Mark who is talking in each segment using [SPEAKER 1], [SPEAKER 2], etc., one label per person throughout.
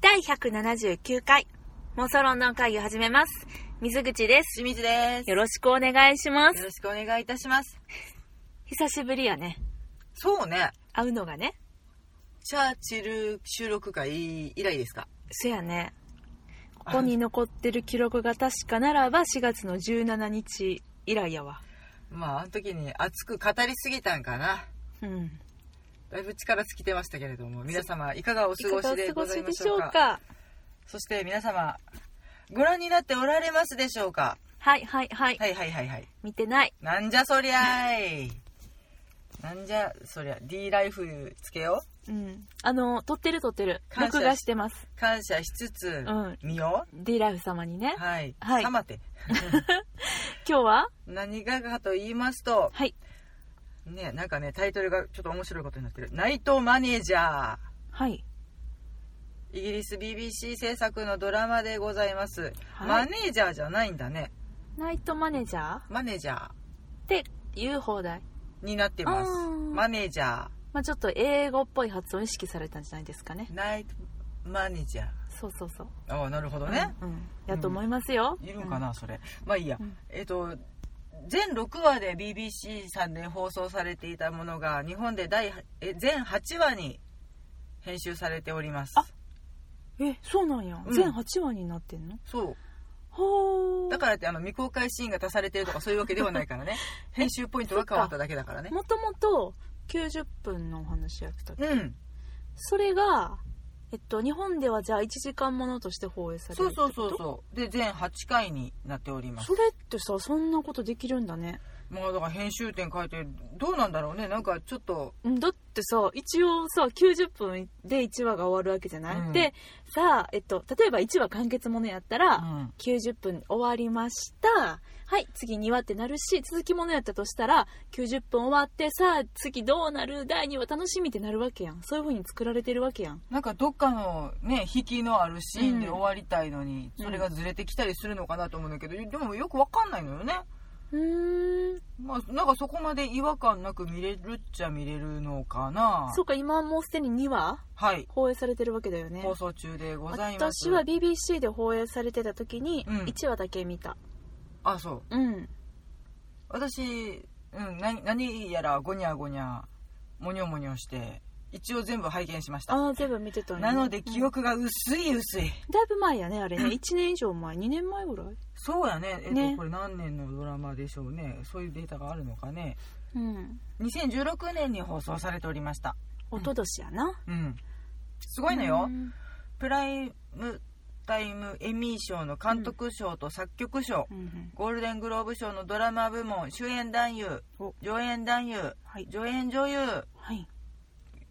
[SPEAKER 1] 第179回、妄想論の会議を始めます。水口です。
[SPEAKER 2] 清水です。
[SPEAKER 1] よろしくお願いしま
[SPEAKER 2] よ
[SPEAKER 1] す。
[SPEAKER 2] ろしくお願いいたします。
[SPEAKER 1] 久しぶりやね。
[SPEAKER 2] そうね。
[SPEAKER 1] 会うのがね。
[SPEAKER 2] チャーチル収録会以来ですか
[SPEAKER 1] そやね。ここに残ってる記録が確かならば4月の17日以来やわ。
[SPEAKER 2] まあ、あの時に熱く語りすぎたんかな。
[SPEAKER 1] うん。
[SPEAKER 2] だいぶ力尽きてましたけれども、皆様いかがお過ごしでございましょうか。
[SPEAKER 1] か
[SPEAKER 2] そして皆様、ご覧になっておられますでしょうか
[SPEAKER 1] はいはいはい。
[SPEAKER 2] はいはいはいはい。
[SPEAKER 1] 見てない。
[SPEAKER 2] なんじゃそりゃい。なんじゃそりゃ、D ライフつけよう。
[SPEAKER 1] うん。あの、撮ってる撮ってる。
[SPEAKER 2] 感謝し
[SPEAKER 1] 録画してます。
[SPEAKER 2] 感謝しつつ、
[SPEAKER 1] うん
[SPEAKER 2] 見よ
[SPEAKER 1] D ライフ様にね
[SPEAKER 2] う。。はい。
[SPEAKER 1] はい
[SPEAKER 2] さまて。
[SPEAKER 1] 今日は
[SPEAKER 2] 何がかと言いますと、
[SPEAKER 1] はい。
[SPEAKER 2] ねなんかねタイトルがちょっと面白いことになってる「ナイトマネージャー
[SPEAKER 1] はい。」
[SPEAKER 2] イギリス BBC 制作のドラマでございます、
[SPEAKER 1] はい
[SPEAKER 2] マネージャーじゃないんだね
[SPEAKER 1] ナイトマネージャーっ
[SPEAKER 2] マネージャー
[SPEAKER 1] て言う放題。
[SPEAKER 2] になってます
[SPEAKER 1] あー
[SPEAKER 2] マネージャー
[SPEAKER 1] まあ、ちょっと英語っぽい発音意識されたんじゃないですかね
[SPEAKER 2] ナイトマネージャー
[SPEAKER 1] そうそうそう
[SPEAKER 2] ああなるほどね、
[SPEAKER 1] うん、うんやと思いますよ、
[SPEAKER 2] いるんかな、それまあいいや、
[SPEAKER 1] うん
[SPEAKER 2] えっ、と全6話で BBC さんで放送されていたものが日本で第え全8話に編集されております
[SPEAKER 1] あうんえそうなんや、
[SPEAKER 2] うん
[SPEAKER 1] 全8話になってんの
[SPEAKER 2] そう
[SPEAKER 1] ほ
[SPEAKER 2] だからってあの未公開シーンが足されてるとかそういうわけではないか らね編集ポイントが変わっただけだからね
[SPEAKER 1] もともと90分のお話やってた
[SPEAKER 2] うん
[SPEAKER 1] それがえっと日本ではじゃあ1時間ものとして放映される
[SPEAKER 2] そうそう
[SPEAKER 1] う
[SPEAKER 2] そうそうで全8回になっております
[SPEAKER 1] それってさそんなことできるんだね
[SPEAKER 2] もうだから編集点変えてどうなんだろうねなんかちょっと
[SPEAKER 1] うんだってさ一応さ90分で1話が終わるわけじゃない、
[SPEAKER 2] うん
[SPEAKER 1] でさえっと例えば1話完結ものやったら、
[SPEAKER 2] うん
[SPEAKER 1] 90分終わりましたはい次2話ってなるし続きものやったとしたら90分終わってさあ次どうなる第2話楽しみってなるわけやんそういう風に作られてるわけやん
[SPEAKER 2] なんかどっかのね引きのあるシーンで
[SPEAKER 1] うん
[SPEAKER 2] 終わりたいのに
[SPEAKER 1] うん
[SPEAKER 2] それがずれてきたりするのかなと思うんだけどでもよくわかんないのよね
[SPEAKER 1] うーん
[SPEAKER 2] まあなんかそこまで違和感なく見れるっちゃ見れるのかな
[SPEAKER 1] そうか今もうすでに2話
[SPEAKER 2] はい
[SPEAKER 1] 放映されてるわけだよね
[SPEAKER 2] 放送中でございます
[SPEAKER 1] 私は BBC で放映されてた時に
[SPEAKER 2] うん
[SPEAKER 1] 1話だけ見た
[SPEAKER 2] あそ
[SPEAKER 1] う
[SPEAKER 2] う
[SPEAKER 1] ん
[SPEAKER 2] 私、うん、何何やらゴニャゴニャモニョモニョして一応全部拝見しました
[SPEAKER 1] ああ全部見てたんや
[SPEAKER 2] なので記
[SPEAKER 1] うん
[SPEAKER 2] 憶が薄い薄い、
[SPEAKER 1] だいぶ前やねあれね1年以上前2年前ぐらい
[SPEAKER 2] そうやねえっと
[SPEAKER 1] ね
[SPEAKER 2] これ何年のドラマでしょうねそういうデータがあるのかね
[SPEAKER 1] うん
[SPEAKER 2] 2016年に放送されておりました
[SPEAKER 1] おととしやな
[SPEAKER 2] うんす
[SPEAKER 1] す
[SPEAKER 2] ごいのよプライムタイムエミー賞の監督賞と作曲賞、
[SPEAKER 1] うんうん
[SPEAKER 2] ゴールデングローブ賞のドラマ部門主演男優
[SPEAKER 1] お
[SPEAKER 2] 上演男優
[SPEAKER 1] はい
[SPEAKER 2] 助演女優
[SPEAKER 1] はい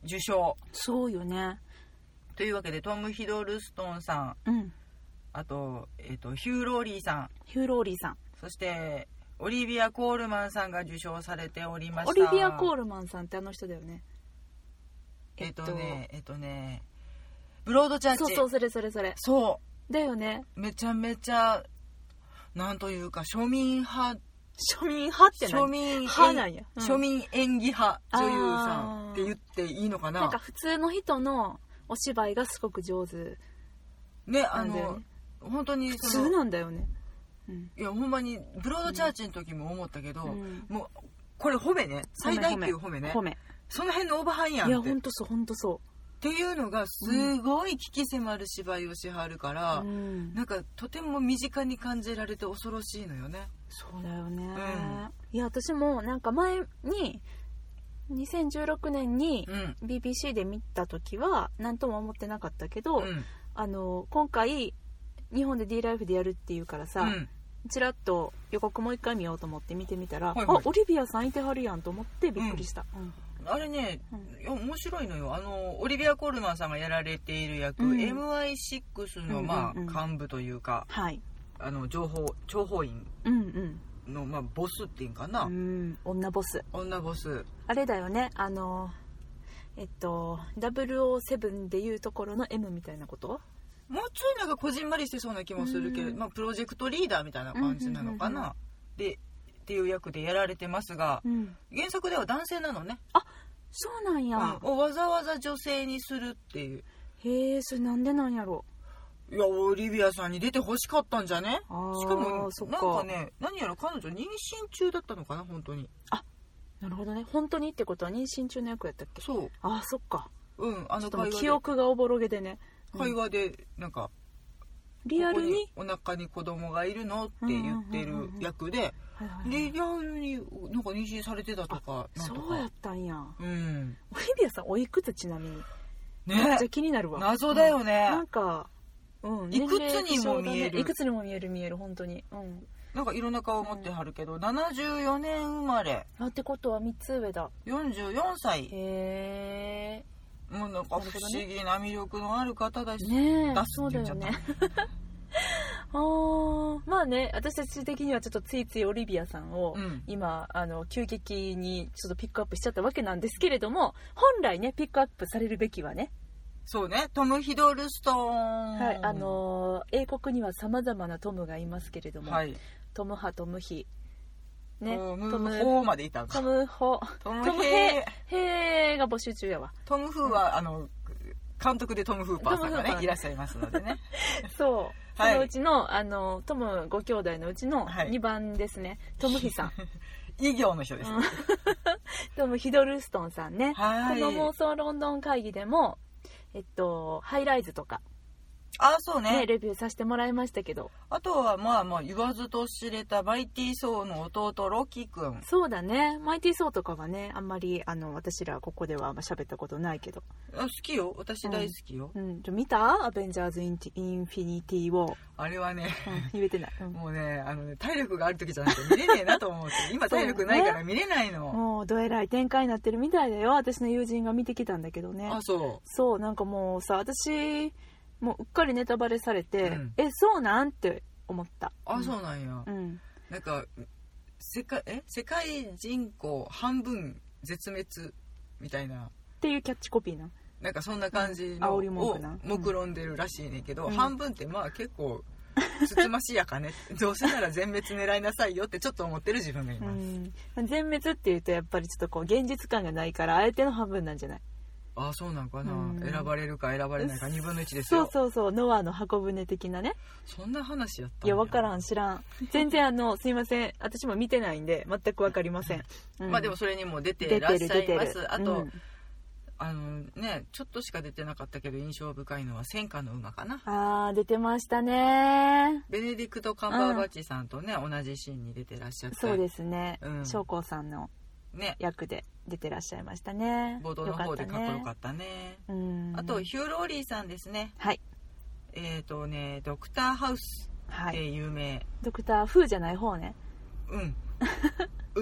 [SPEAKER 2] 受賞
[SPEAKER 1] そうよね
[SPEAKER 2] というわけでトム・ヒドルストンさん
[SPEAKER 1] うん
[SPEAKER 2] あと,、えっとヒュー・ローリーさん
[SPEAKER 1] ヒューローリーさん
[SPEAKER 2] そしてオリビア・コールマンさんが受賞されておりました
[SPEAKER 1] オリビア・コー
[SPEAKER 2] ル
[SPEAKER 1] ルマンさんってあの人だよね
[SPEAKER 2] えっとねえっとねブロード・チャーチ
[SPEAKER 1] そうそうそれそれそれ
[SPEAKER 2] そ
[SPEAKER 1] だよね
[SPEAKER 2] うめちゃめちゃなんというか庶民派
[SPEAKER 1] 庶民派って何
[SPEAKER 2] 庶民演
[SPEAKER 1] 派なんや、うん
[SPEAKER 2] 庶民演技派女優さんって言っていいのかな
[SPEAKER 1] なんか普通の人のお芝居がすごく上手
[SPEAKER 2] ねあ
[SPEAKER 1] なんだよ
[SPEAKER 2] の
[SPEAKER 1] ね
[SPEAKER 2] 本当に
[SPEAKER 1] 普
[SPEAKER 2] そ
[SPEAKER 1] 通
[SPEAKER 2] の
[SPEAKER 1] なんだよねうん
[SPEAKER 2] いやほんまにブロード・チャーチの時も思ったけど、
[SPEAKER 1] うん
[SPEAKER 2] もうこれ褒めね最大級褒めね
[SPEAKER 1] 褒め
[SPEAKER 2] その辺のオーバーハンや
[SPEAKER 1] いや
[SPEAKER 2] んってっ
[SPEAKER 1] 本当そう本当そ
[SPEAKER 2] ていうのがすごい危機迫る芝居をしはるか
[SPEAKER 1] う、
[SPEAKER 2] ら、
[SPEAKER 1] うん、
[SPEAKER 2] なんかとても身近に感じられて恐ろしいのよね
[SPEAKER 1] そうだよね、
[SPEAKER 2] ん
[SPEAKER 1] いや私もなんか前に2016年に
[SPEAKER 2] うん
[SPEAKER 1] BBC で見た時は何とも思ってなかったけど、
[SPEAKER 2] うん
[SPEAKER 1] あの今回日本で D ライフでやるっていうからさ、
[SPEAKER 2] うん
[SPEAKER 1] ちらっと予告もう一回見ようと思って見てみたら、
[SPEAKER 2] はいはい
[SPEAKER 1] あオリビアさんいてはるやんと思ってびっくりした、うん
[SPEAKER 2] あれね、
[SPEAKER 1] うん
[SPEAKER 2] いや面白いのよあのオリビア・コールマンさんがやられている役、
[SPEAKER 1] うん
[SPEAKER 2] MI6 の、まあ
[SPEAKER 1] うんうんうん
[SPEAKER 2] 幹部というか
[SPEAKER 1] はい
[SPEAKER 2] あの情報諜報員
[SPEAKER 1] うん
[SPEAKER 2] の、まあ、ボスっていうんか
[SPEAKER 1] う
[SPEAKER 2] な、
[SPEAKER 1] んうん女ボス
[SPEAKER 2] 女ボス
[SPEAKER 1] あれだよねあのえっと007でいうところの M みたいなこと
[SPEAKER 2] もうちょいなんかこじんまりしてそうな気もするけれど、
[SPEAKER 1] うん
[SPEAKER 2] まあ、プロジェクトリーダーみたいな感じなのかな、
[SPEAKER 1] うんうんう
[SPEAKER 2] でっていう役でやられてますが
[SPEAKER 1] うん
[SPEAKER 2] 原作では男性なのね、
[SPEAKER 1] そうなんや、
[SPEAKER 2] うんをわざわざ女性にするっていう
[SPEAKER 1] へえそれなんでなんやろ
[SPEAKER 2] いやオリビアさんに出てほしかったんじゃね
[SPEAKER 1] あー
[SPEAKER 2] しかも
[SPEAKER 1] そっ
[SPEAKER 2] な
[SPEAKER 1] か
[SPEAKER 2] んかね何やら彼女妊娠中だったのかな本当に
[SPEAKER 1] なるほどね本当にってことは妊娠中の役やったっけ
[SPEAKER 2] そ
[SPEAKER 1] ああそっか
[SPEAKER 2] ううん
[SPEAKER 1] ち
[SPEAKER 2] あ
[SPEAKER 1] ょ
[SPEAKER 2] の
[SPEAKER 1] っともう
[SPEAKER 2] 会
[SPEAKER 1] 記
[SPEAKER 2] 話
[SPEAKER 1] 憶がおぼろげでね
[SPEAKER 2] で会話でなんか
[SPEAKER 1] リアルに
[SPEAKER 2] ここにお腹に子供がいるのって言っ
[SPEAKER 1] うん
[SPEAKER 2] て
[SPEAKER 1] うん
[SPEAKER 2] る
[SPEAKER 1] うんうん
[SPEAKER 2] 役で
[SPEAKER 1] はいはいはい
[SPEAKER 2] リアルになんか妊娠されてたとかなんとか
[SPEAKER 1] そうやったんや
[SPEAKER 2] うん
[SPEAKER 1] オリビアさんおいくつちなみにめ
[SPEAKER 2] ね
[SPEAKER 1] っちゃ気になるわ
[SPEAKER 2] 謎だよね
[SPEAKER 1] なんかうん、
[SPEAKER 2] いくつに
[SPEAKER 1] 年齢不
[SPEAKER 2] も
[SPEAKER 1] 詳だね
[SPEAKER 2] 見える
[SPEAKER 1] いくつにも見える見える本当にうん
[SPEAKER 2] なんかいろんな顔を持ってはるけど74年生まれ
[SPEAKER 1] あってことは3つ上だ
[SPEAKER 2] 44歳
[SPEAKER 1] へ
[SPEAKER 2] もうなんか不思議な魅力のある方だし
[SPEAKER 1] えねえ
[SPEAKER 2] 出す
[SPEAKER 1] そ
[SPEAKER 2] っ
[SPEAKER 1] う
[SPEAKER 2] て
[SPEAKER 1] だ
[SPEAKER 2] 言っちゃ
[SPEAKER 1] よ
[SPEAKER 2] っ
[SPEAKER 1] ね
[SPEAKER 2] た
[SPEAKER 1] あーまあね私たち的にはちょっとついついオリビアさんを、
[SPEAKER 2] うん
[SPEAKER 1] 今あの急激にちょっとピックアップしちゃったわけなんですけれども本来ねピックアップされるべきはね、
[SPEAKER 2] そうねトム・ヒドルストーン
[SPEAKER 1] はいあのー英国にはさまざまなトムがいますけれども、
[SPEAKER 2] はい
[SPEAKER 1] トム派トムヒね
[SPEAKER 2] ト
[SPEAKER 1] ト
[SPEAKER 2] ム・
[SPEAKER 1] ム
[SPEAKER 2] ホーまでいたん
[SPEAKER 1] ト
[SPEAKER 2] か
[SPEAKER 1] ムホ
[SPEAKER 2] ト
[SPEAKER 1] トム
[SPEAKER 2] ム・ヘ
[SPEAKER 1] ヘ
[SPEAKER 2] イ
[SPEAKER 1] ヘーが募集中やわ
[SPEAKER 2] トム・フーはあの監督でトム・フーパーさんが
[SPEAKER 1] トムフーパー
[SPEAKER 2] ね
[SPEAKER 1] ね
[SPEAKER 2] いらっしゃいますの でね
[SPEAKER 1] そう、
[SPEAKER 2] はい
[SPEAKER 1] そのうちのあのトムご兄弟のうちの
[SPEAKER 2] はい
[SPEAKER 1] 2番です ね、トムヒさん
[SPEAKER 2] 異業の人です、
[SPEAKER 1] うんトムヒドルストンさんね、
[SPEAKER 2] はい
[SPEAKER 1] この妄想ロンドン会議でもえっとハイライズとか、
[SPEAKER 2] あそう
[SPEAKER 1] ね
[SPEAKER 2] ね
[SPEAKER 1] レビューさせてもらいましたけど
[SPEAKER 2] あとはまあまあ言わずと知れたマイティー・ソーの弟ロキ君
[SPEAKER 1] そうだねマイティー・ソーとかはねあんまりあの私らここではあんま喋ったことないけど、
[SPEAKER 2] あ好きよ私大好きよ、
[SPEAKER 1] うん、ちょ見たアベンジャーズインティ・インフィニティ・ウォー、
[SPEAKER 2] あれはね
[SPEAKER 1] うん、言えてない、うん
[SPEAKER 2] もうねあのね体力がある時じゃないと見れねえなと思 って今体力ないから見れないの、
[SPEAKER 1] もうどえらい展開になってるみたいだよ私の友人が見てきたんだけどね
[SPEAKER 2] あそう
[SPEAKER 1] そうなんかもうさ私もううっかりネタバレされて、
[SPEAKER 2] うん
[SPEAKER 1] えそうなんって思った
[SPEAKER 2] あそうなんや、
[SPEAKER 1] うん、うん
[SPEAKER 2] なんか世界え世界人口半分絶滅みたいな
[SPEAKER 1] っていうキャッチコピーな
[SPEAKER 2] なんかそんな感じ
[SPEAKER 1] うん
[SPEAKER 2] の
[SPEAKER 1] 煽り文
[SPEAKER 2] を
[SPEAKER 1] 句なうん
[SPEAKER 2] 目論んでるらしいねんけど、
[SPEAKER 1] うん
[SPEAKER 2] 半分ってまあ結構つつましやかね どうせなら全滅狙いなさいよってちょっと思ってる自分がいます、
[SPEAKER 1] うん、全滅っていうとやっぱりちょっとこう現実感がないからあえての半分なんじゃない
[SPEAKER 2] ああそうなんかな、
[SPEAKER 1] うん
[SPEAKER 2] 選ばれるか選ばれないか2分の1です
[SPEAKER 1] そう
[SPEAKER 2] よ
[SPEAKER 1] そうそうノアの箱舟的なね
[SPEAKER 2] そんな話やった
[SPEAKER 1] いや分から
[SPEAKER 2] ん、
[SPEAKER 1] ん知らん全然あのすいません私も見てないんで全く分かりません、うん
[SPEAKER 2] まあでもそれにも出て
[SPEAKER 1] 出
[SPEAKER 2] らってし
[SPEAKER 1] る
[SPEAKER 2] ゃ
[SPEAKER 1] 出
[SPEAKER 2] い
[SPEAKER 1] て
[SPEAKER 2] ま
[SPEAKER 1] る
[SPEAKER 2] すあ
[SPEAKER 1] う
[SPEAKER 2] と、
[SPEAKER 1] ん
[SPEAKER 2] あのねちょっとしか出てなかったけど印象深いのは戦火の馬かな
[SPEAKER 1] あー出てましたね
[SPEAKER 2] ベネディクト・カンバーバッチさんとね、同じシーンに出てらっしゃって
[SPEAKER 1] そうですね
[SPEAKER 2] うん
[SPEAKER 1] 将校、さんの
[SPEAKER 2] ね
[SPEAKER 1] 役で出てらっしゃいましたね
[SPEAKER 2] 冒頭の方でかっこよか
[SPEAKER 1] っ
[SPEAKER 2] ったね
[SPEAKER 1] たねうん
[SPEAKER 2] あとヒュー・ローリーさんですね
[SPEAKER 1] はい
[SPEAKER 2] えっ、とねドクターハウス
[SPEAKER 1] は
[SPEAKER 2] で
[SPEAKER 1] い
[SPEAKER 2] 有名、
[SPEAKER 1] ドクター・フーじゃない方ね
[SPEAKER 2] うん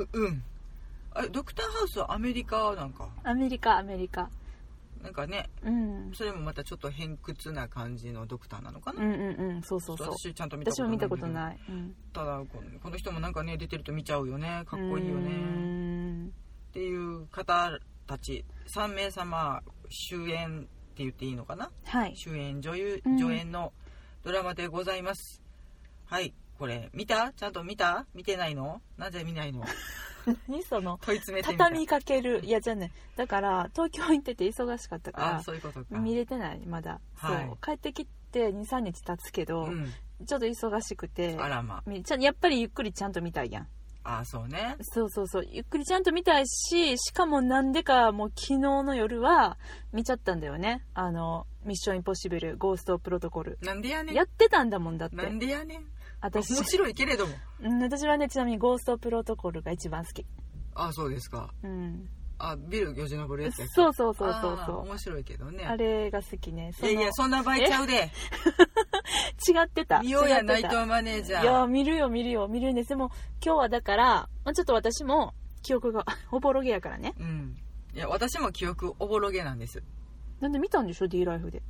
[SPEAKER 2] ううんあれドクターハウスはアメリカなんか
[SPEAKER 1] アメリカアメリカ
[SPEAKER 2] なんかね
[SPEAKER 1] うん
[SPEAKER 2] それもまたちょっと偏屈な感じのドクターなのか
[SPEAKER 1] う
[SPEAKER 2] な、
[SPEAKER 1] んうんうんそうそう
[SPEAKER 2] ちょ
[SPEAKER 1] そ
[SPEAKER 2] っ
[SPEAKER 1] う
[SPEAKER 2] と私ちゃんと見たこ
[SPEAKER 1] 私
[SPEAKER 2] と
[SPEAKER 1] も
[SPEAKER 2] な
[SPEAKER 1] 見
[SPEAKER 2] い
[SPEAKER 1] たこと
[SPEAKER 2] い
[SPEAKER 1] ないうん
[SPEAKER 2] ただこのこの人もなんかね出てると見ちゃうよねかっこいいよ
[SPEAKER 1] う
[SPEAKER 2] ね
[SPEAKER 1] ん
[SPEAKER 2] っていう方たち3名様主演って言っていいのかな
[SPEAKER 1] はい
[SPEAKER 2] 主演女優
[SPEAKER 1] うん
[SPEAKER 2] 助演のドラマでございます、はいこれ見たちゃんと見た見てないのなぜ見ないの
[SPEAKER 1] 何その
[SPEAKER 2] 問い詰めてみた
[SPEAKER 1] 畳みかけるいやじゃあねだから東京行ってて忙しかった
[SPEAKER 2] あ
[SPEAKER 1] か
[SPEAKER 2] そういうことから
[SPEAKER 1] 見れてないまだそ
[SPEAKER 2] はいう
[SPEAKER 1] 帰ってきて23日経つけど
[SPEAKER 2] うん、
[SPEAKER 1] ちょっと忙しくて
[SPEAKER 2] あらま
[SPEAKER 1] みちゃんやっぱりゆっくりちゃんと見たいやん
[SPEAKER 2] あそうね
[SPEAKER 1] そうそうそうゆっくりちゃんと見たいししかもなんでかもう昨日の夜は見ちゃったんだよねあの「ミッションインポッシブルゴーストプロトコル
[SPEAKER 2] なんでや」ね
[SPEAKER 1] や
[SPEAKER 2] ん
[SPEAKER 1] ってたんだもんだって
[SPEAKER 2] なんでやねん
[SPEAKER 1] 私
[SPEAKER 2] 面白いけれども
[SPEAKER 1] うん私はねちなみにゴーストプロトコルが一番好き
[SPEAKER 2] あそうですか
[SPEAKER 1] うん
[SPEAKER 2] あビルよじ登るやつやっけ
[SPEAKER 1] そうそうそうそう
[SPEAKER 2] あー
[SPEAKER 1] そう
[SPEAKER 2] 面白いけどね
[SPEAKER 1] あれが好きね
[SPEAKER 2] いやいやそんな場合ちゃうで
[SPEAKER 1] 違ってた
[SPEAKER 2] 見ようや
[SPEAKER 1] 違ってた
[SPEAKER 2] 内藤マネージャ
[SPEAKER 1] いや
[SPEAKER 2] ー
[SPEAKER 1] 見るよ見るよ見るんですでも今日はだから、まあ、ちょっと私も記憶が おぼろげやからね
[SPEAKER 2] うんいや私も記憶おぼろげなんです
[SPEAKER 1] なんで見たんでしょ D ライフで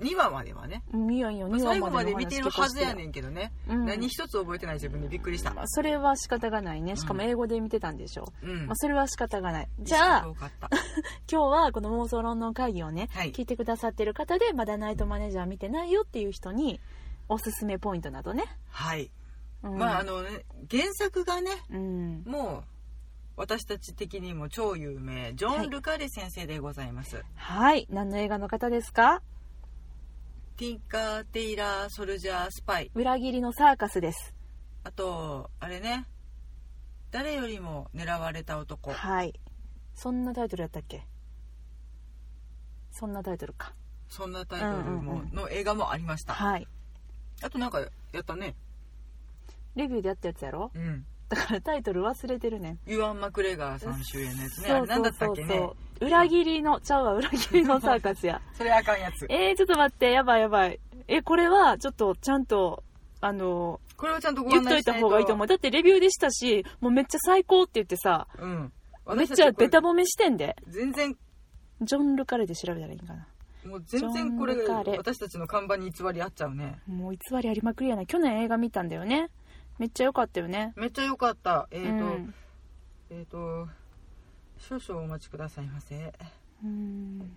[SPEAKER 2] 2話まではね
[SPEAKER 1] 見やんよ
[SPEAKER 2] まあ
[SPEAKER 1] 2話
[SPEAKER 2] 最後
[SPEAKER 1] ま
[SPEAKER 2] ま
[SPEAKER 1] で
[SPEAKER 2] で
[SPEAKER 1] の話
[SPEAKER 2] 見てる
[SPEAKER 1] 聞か
[SPEAKER 2] は
[SPEAKER 1] せ
[SPEAKER 2] ず
[SPEAKER 1] てよ
[SPEAKER 2] やねんけどね、
[SPEAKER 1] うん
[SPEAKER 2] 何一つ覚えてない自分にびっくりした、
[SPEAKER 1] まあそれは仕方がないねしかも
[SPEAKER 2] うん
[SPEAKER 1] 英語で見てたんでしょ
[SPEAKER 2] うん
[SPEAKER 1] まあ、それは仕方がないじゃあ
[SPEAKER 2] よかった
[SPEAKER 1] 今日はこの妄想論の会議をね、
[SPEAKER 2] はい
[SPEAKER 1] 聞いてくださってる方でまだナイトマネージャー見てないよっていう人におすすめポイントなどね、
[SPEAKER 2] はい、
[SPEAKER 1] うん
[SPEAKER 2] まああのね原作がね
[SPEAKER 1] うん
[SPEAKER 2] もう私たち的にも超有名ジョン・ルカレ先生でございます、
[SPEAKER 1] はい何の映画の方ですか
[SPEAKER 2] ティンカー・テイラー・ソルジャー・スパイ
[SPEAKER 1] 裏切りのサーカスです。
[SPEAKER 2] あとあれね誰よりも狙われた男
[SPEAKER 1] はい。そんなタイトルやったっけそんなタイトルか。
[SPEAKER 2] そんなタイトル
[SPEAKER 1] うん
[SPEAKER 2] も
[SPEAKER 1] うんうん
[SPEAKER 2] の映画もありました
[SPEAKER 1] はい。
[SPEAKER 2] あとなんかやったね
[SPEAKER 1] レビューでやったやつやろ
[SPEAKER 2] うん
[SPEAKER 1] だからタイトル忘れてるねん。
[SPEAKER 2] ユアン・マクレガーさん主演のやつね
[SPEAKER 1] そ
[SPEAKER 2] あ
[SPEAKER 1] う
[SPEAKER 2] れ
[SPEAKER 1] そ
[SPEAKER 2] 何だ
[SPEAKER 1] う
[SPEAKER 2] った
[SPEAKER 1] そ
[SPEAKER 2] っ
[SPEAKER 1] う
[SPEAKER 2] け
[SPEAKER 1] そ
[SPEAKER 2] ね
[SPEAKER 1] う。裏切りの、ちゃうわ、裏切りのサーカ スや。
[SPEAKER 2] それあかんやつ
[SPEAKER 1] えー、ちょっと待って、やばいやばい。え、これは、ちょっと、ちゃんと、あの、
[SPEAKER 2] これをちゃんとご
[SPEAKER 1] 言
[SPEAKER 2] 案
[SPEAKER 1] っと
[SPEAKER 2] 内
[SPEAKER 1] い
[SPEAKER 2] した
[SPEAKER 1] た
[SPEAKER 2] い
[SPEAKER 1] 方がいいと思う。だってレビューでしたし、もうめっちゃ最高って言ってさ、
[SPEAKER 2] うん
[SPEAKER 1] めっ
[SPEAKER 2] 私た
[SPEAKER 1] ちゃ
[SPEAKER 2] これ
[SPEAKER 1] ベタ褒めしてんで。
[SPEAKER 2] 全然
[SPEAKER 1] ジョン・ルカレで調べたらいいんかな。
[SPEAKER 2] もう全然これ
[SPEAKER 1] ジョンルカレ
[SPEAKER 2] 私たちの看板に偽りあっちゃうね
[SPEAKER 1] もう偽りありまくりやな。去年映画見たんだよね。めっちゃ良かったよね。
[SPEAKER 2] めっちゃ良かったえっ、
[SPEAKER 1] う
[SPEAKER 2] と、
[SPEAKER 1] ん
[SPEAKER 2] えっ、と少々お待ちくださいませ
[SPEAKER 1] うん。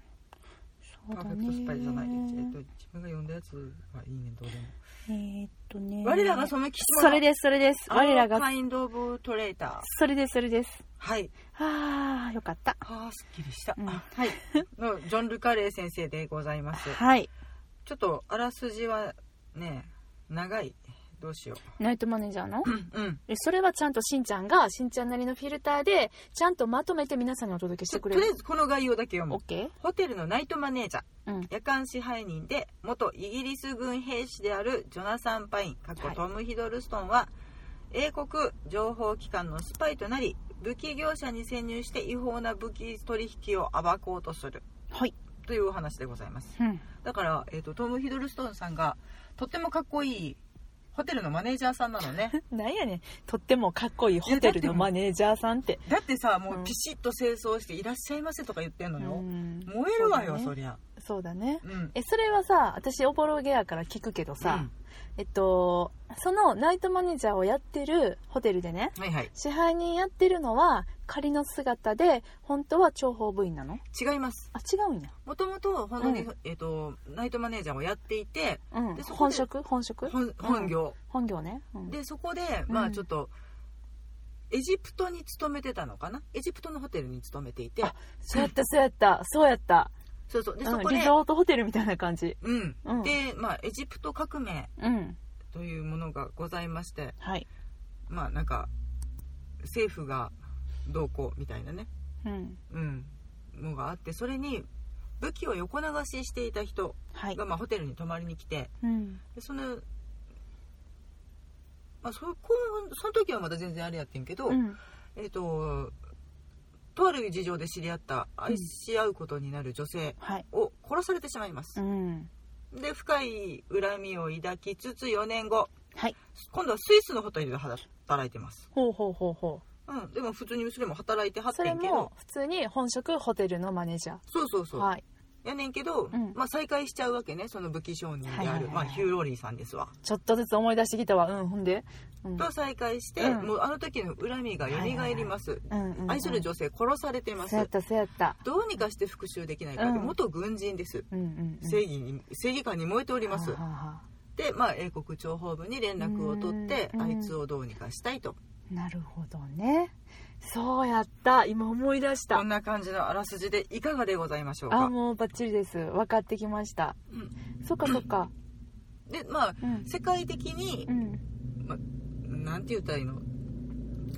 [SPEAKER 1] そ
[SPEAKER 2] パ
[SPEAKER 1] うだ
[SPEAKER 2] ーフ
[SPEAKER 1] ね。
[SPEAKER 2] ェクトスパイじゃないえっ、と自分が読んだやつはいいねどうでも、
[SPEAKER 1] えーっとね。
[SPEAKER 2] 我らがその岸
[SPEAKER 1] それです、それです。我らが、
[SPEAKER 2] カインド・オブ・トレーター
[SPEAKER 1] それです、それです。
[SPEAKER 2] はい
[SPEAKER 1] あー、よかった。
[SPEAKER 2] はあすっきりした、
[SPEAKER 1] うん
[SPEAKER 2] はいのジョン・ルカレー先生でございます
[SPEAKER 1] はい。
[SPEAKER 2] ちょっとあらすじはね長いどうしよ
[SPEAKER 1] ナイトマネージャーの
[SPEAKER 2] ううんうん
[SPEAKER 1] えそれはちゃんとしんちゃんがしんちゃんなりのフィルターでちゃんとまとめて皆さんにお届けして
[SPEAKER 2] と
[SPEAKER 1] く
[SPEAKER 2] り
[SPEAKER 1] れ
[SPEAKER 2] あえ
[SPEAKER 1] る
[SPEAKER 2] ずこの概要だけ読
[SPEAKER 1] オ
[SPEAKER 2] む
[SPEAKER 1] ッケー
[SPEAKER 2] ホテルのナイトマネージャー
[SPEAKER 1] うん
[SPEAKER 2] 夜間支配人で元イギリス軍兵士であるジョナサン・パインかっこ
[SPEAKER 1] はい
[SPEAKER 2] トム・ヒドルストンは、英国情報機関のスパイとなり武器業者に潜入して違法な武器取引を暴こうとする
[SPEAKER 1] はい、
[SPEAKER 2] というお話でございます
[SPEAKER 1] うん、
[SPEAKER 2] だから、えー、とトム・ヒドルストンさんがとってもかっこいいホテルのマネージャーさんな のね
[SPEAKER 1] なんやねんとってもかっこいいホテルのマネージャーさんって
[SPEAKER 2] だってさも
[SPEAKER 1] うん
[SPEAKER 2] うピシッと清掃して「いらっしゃいませ」とか言ってんのよ、
[SPEAKER 1] うん
[SPEAKER 2] 燃えるわよそ,、
[SPEAKER 1] そうだね
[SPEAKER 2] りゃ
[SPEAKER 1] そうだね
[SPEAKER 2] うん
[SPEAKER 1] えそれはさ私おぼろげやから聞くけどさ、
[SPEAKER 2] うん
[SPEAKER 1] えっとそのナイトマネージャーをやってるホテルでね
[SPEAKER 2] はいはい
[SPEAKER 1] 支配人やってるのは仮の姿で本当は諜報部員なの
[SPEAKER 2] 違います
[SPEAKER 1] あ違うんや
[SPEAKER 2] もともと本当に、
[SPEAKER 1] うん
[SPEAKER 2] えっ、とナイトマネージャーをやっていて
[SPEAKER 1] うん
[SPEAKER 2] でそこで
[SPEAKER 1] 本職本職
[SPEAKER 2] 本本業、
[SPEAKER 1] 本業ね、うん、
[SPEAKER 2] でそこでま
[SPEAKER 1] う
[SPEAKER 2] あ
[SPEAKER 1] ん
[SPEAKER 2] ちょっと、エジプトに勤めてたのかなエジプトのホテルに勤めていて
[SPEAKER 1] あそうやったそうやったそうやった
[SPEAKER 2] そうそうで
[SPEAKER 1] う
[SPEAKER 2] そ
[SPEAKER 1] ん
[SPEAKER 2] こで
[SPEAKER 1] リゾートホテルみたいな感じ
[SPEAKER 2] うん、
[SPEAKER 1] うん
[SPEAKER 2] でまあエジプト革命
[SPEAKER 1] うん
[SPEAKER 2] というものがございまして
[SPEAKER 1] はい
[SPEAKER 2] まあなんか政府がどうこうみたいなね
[SPEAKER 1] うん
[SPEAKER 2] うんのがあってそれに武器を横流ししていた人
[SPEAKER 1] はい
[SPEAKER 2] が、まあ、ホテルに泊まりに来て、
[SPEAKER 1] うん
[SPEAKER 2] でその、まあ、そこその時はまだ全然あれやってんけど、
[SPEAKER 1] うん
[SPEAKER 2] えっ、ととある事情で知り合った愛し合うことになる女性
[SPEAKER 1] はい
[SPEAKER 2] を殺されてしまいます
[SPEAKER 1] う、ん
[SPEAKER 2] で深い恨みを抱きつつ4年後
[SPEAKER 1] はい
[SPEAKER 2] 今度はスイスのホテルで働いてます、
[SPEAKER 1] ほうほうほうほ
[SPEAKER 2] うん、でも普通にそれも働いては
[SPEAKER 1] う
[SPEAKER 2] っ
[SPEAKER 1] そ
[SPEAKER 2] て
[SPEAKER 1] れ
[SPEAKER 2] んけど
[SPEAKER 1] も普通に本職ホテルのマネージャ
[SPEAKER 2] そうそうそ
[SPEAKER 1] ー
[SPEAKER 2] う、
[SPEAKER 1] はい
[SPEAKER 2] やねんけど、
[SPEAKER 1] うん
[SPEAKER 2] まあ、再会しちゃうわけねその武器商人であ
[SPEAKER 1] は
[SPEAKER 2] る、
[SPEAKER 1] いはいはいはい
[SPEAKER 2] まあ、ヒューローリーさんですわ、
[SPEAKER 1] ちょっとずつ思い出してきたわうんほんでうん
[SPEAKER 2] と再会して、
[SPEAKER 1] うん
[SPEAKER 2] もうあの時の恨みが蘇ります、
[SPEAKER 1] うんうんうん
[SPEAKER 2] 愛する女性殺されてます
[SPEAKER 1] そうやったそうやった
[SPEAKER 2] どうにかして復讐できないかって
[SPEAKER 1] うん
[SPEAKER 2] 元軍人です
[SPEAKER 1] うんうんうん
[SPEAKER 2] 正義に正義感に燃えております
[SPEAKER 1] はあはあはあ
[SPEAKER 2] で、まあ、英国諜報部に連絡を取って
[SPEAKER 1] うん
[SPEAKER 2] あいつをどうにかしたいと
[SPEAKER 1] なるほどねそうやった今思い出し
[SPEAKER 2] こ
[SPEAKER 1] た
[SPEAKER 2] んな感じのあらすじでいかがでございましょう
[SPEAKER 1] あ
[SPEAKER 2] か
[SPEAKER 1] もうバッチリです分かってきましたそっかそっか
[SPEAKER 2] でまあ
[SPEAKER 1] うん
[SPEAKER 2] 世界的に
[SPEAKER 1] うん
[SPEAKER 2] なんて言ったらいいの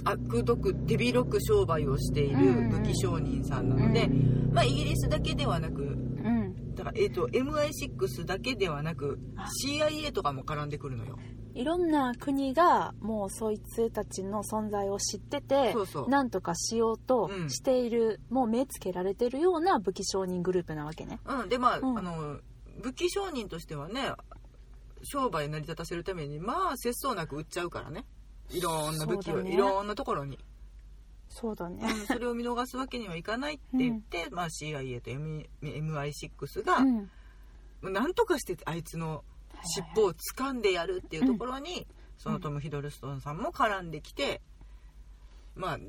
[SPEAKER 2] 悪毒手広く商売をしている
[SPEAKER 1] うん
[SPEAKER 2] 武器商人さんなので、まあ、イギリスだけではなく
[SPEAKER 1] うん
[SPEAKER 2] だから、えー、と MI6 だけではなく
[SPEAKER 1] あ
[SPEAKER 2] CIA とかも絡んでくるのよ
[SPEAKER 1] いろんな国がもうそいつたちの存在を知ってて
[SPEAKER 2] そうそう
[SPEAKER 1] なんとかしようと
[SPEAKER 2] うん
[SPEAKER 1] している、もう目つけられてるような武器商人グループなわけね
[SPEAKER 2] うん、でまあ,、
[SPEAKER 1] うん
[SPEAKER 2] あの武器商人としてはね商売成り立たせるためにまあ節操なく売っちゃうからねいろんな武器
[SPEAKER 1] そう
[SPEAKER 2] を、
[SPEAKER 1] だね
[SPEAKER 2] いろんなところに、
[SPEAKER 1] そうだ
[SPEAKER 2] う
[SPEAKER 1] ね
[SPEAKER 2] ん、それを見逃すわけにはいかないって言って、まあ、CIA と M- MI6 が、
[SPEAKER 1] うん
[SPEAKER 2] なんとかしてあいつの尻尾を掴んでやるっていうところに、そのトム・ヒドルストンさんも絡んできて、まあ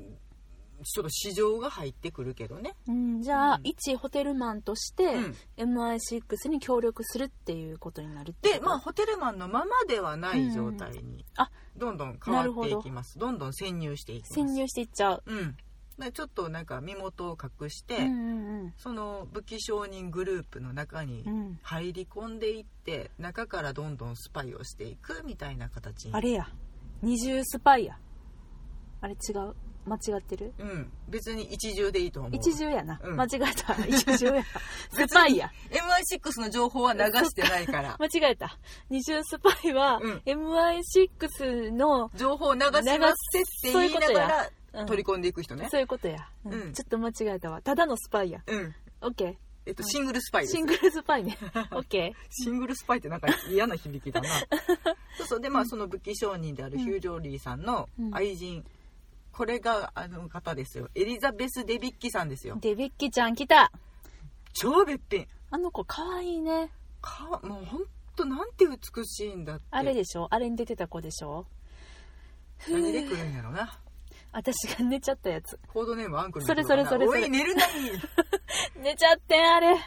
[SPEAKER 2] ちょっと市場が入ってくるけどね、
[SPEAKER 1] うん、じゃあ、
[SPEAKER 2] うん
[SPEAKER 1] 一ホテルマンとして
[SPEAKER 2] うん
[SPEAKER 1] MI6 に協力するっていうことになるってこと
[SPEAKER 2] でまあホテルマンのままではない状態に、
[SPEAKER 1] あ
[SPEAKER 2] どんどん変わっていきますどんどん潜入していきます
[SPEAKER 1] 潜入していっちゃう
[SPEAKER 2] うんでちょっとなんか身元を隠して、
[SPEAKER 1] うんうん
[SPEAKER 2] その武器商人グループの中に
[SPEAKER 1] うんうん
[SPEAKER 2] 入り込んでいって中からどんどんスパイをしていくみたいな形に
[SPEAKER 1] あれや二重スパイやあれ違う間違ってる
[SPEAKER 2] うん別に一重でいいと思う
[SPEAKER 1] 一重やな、
[SPEAKER 2] うん
[SPEAKER 1] 間違え た一重やスパイや
[SPEAKER 2] MI6 の情報は流してないから
[SPEAKER 1] 間違えた二重スパイは、
[SPEAKER 2] うん
[SPEAKER 1] MI6 の、
[SPEAKER 2] 情報を流しますってって言いながら
[SPEAKER 1] うん
[SPEAKER 2] 取り込んでいく人ね
[SPEAKER 1] そういうことや、うん
[SPEAKER 2] うん
[SPEAKER 1] ちょっと間違えたわただのスパイや
[SPEAKER 2] うん
[SPEAKER 1] オッケ
[SPEAKER 2] えっとシングルス
[SPEAKER 1] ー
[SPEAKER 2] パイです
[SPEAKER 1] シングルスパ イねオッケ
[SPEAKER 2] シングルスパイってなんか嫌な 響きだなそうそうでまあその武器商人であるヒュー・ジョーリーさんの愛人、これがあの方ですよエリザベス・デビッキさんです
[SPEAKER 1] ー
[SPEAKER 2] よ
[SPEAKER 1] でビッキーちゃん来た
[SPEAKER 2] 超べっぴん
[SPEAKER 1] あの子かわいいね
[SPEAKER 2] かもうほんとなんて美しいんだって
[SPEAKER 1] あれでしょあれに出てた子でしょ
[SPEAKER 2] 何で来るんやろな
[SPEAKER 1] 私が寝ちゃったやつ
[SPEAKER 2] コードネームアンクル
[SPEAKER 1] それそれそれそ
[SPEAKER 2] お
[SPEAKER 1] れ
[SPEAKER 2] い寝るな
[SPEAKER 1] 寝ちゃってんあれ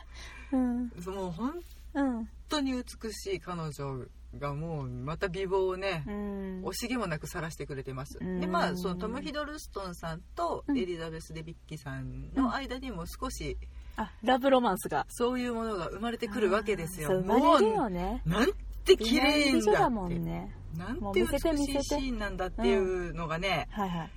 [SPEAKER 1] うん
[SPEAKER 2] にもう本
[SPEAKER 1] うん
[SPEAKER 2] 当に美しい彼女がもうまた美貌をね、
[SPEAKER 1] うん
[SPEAKER 2] 惜しげもなく晒してくれてます、
[SPEAKER 1] うん
[SPEAKER 2] でまあそのトム・ヒドルストンさんとエリザベス・デビッキさんの間にも少し
[SPEAKER 1] あラブロマンスが
[SPEAKER 2] そういうものが生まれてくるわけですよ
[SPEAKER 1] そう生
[SPEAKER 2] も
[SPEAKER 1] ま
[SPEAKER 2] う
[SPEAKER 1] れるよね
[SPEAKER 2] なんて綺
[SPEAKER 1] 美
[SPEAKER 2] 麗ん
[SPEAKER 1] 女
[SPEAKER 2] だ
[SPEAKER 1] だ
[SPEAKER 2] っ
[SPEAKER 1] も
[SPEAKER 2] て
[SPEAKER 1] んね
[SPEAKER 2] なん
[SPEAKER 1] もう
[SPEAKER 2] て
[SPEAKER 1] 見せ
[SPEAKER 2] 美
[SPEAKER 1] て見
[SPEAKER 2] し
[SPEAKER 1] せて
[SPEAKER 2] いシーンなんだっていうのがね、
[SPEAKER 1] はいはい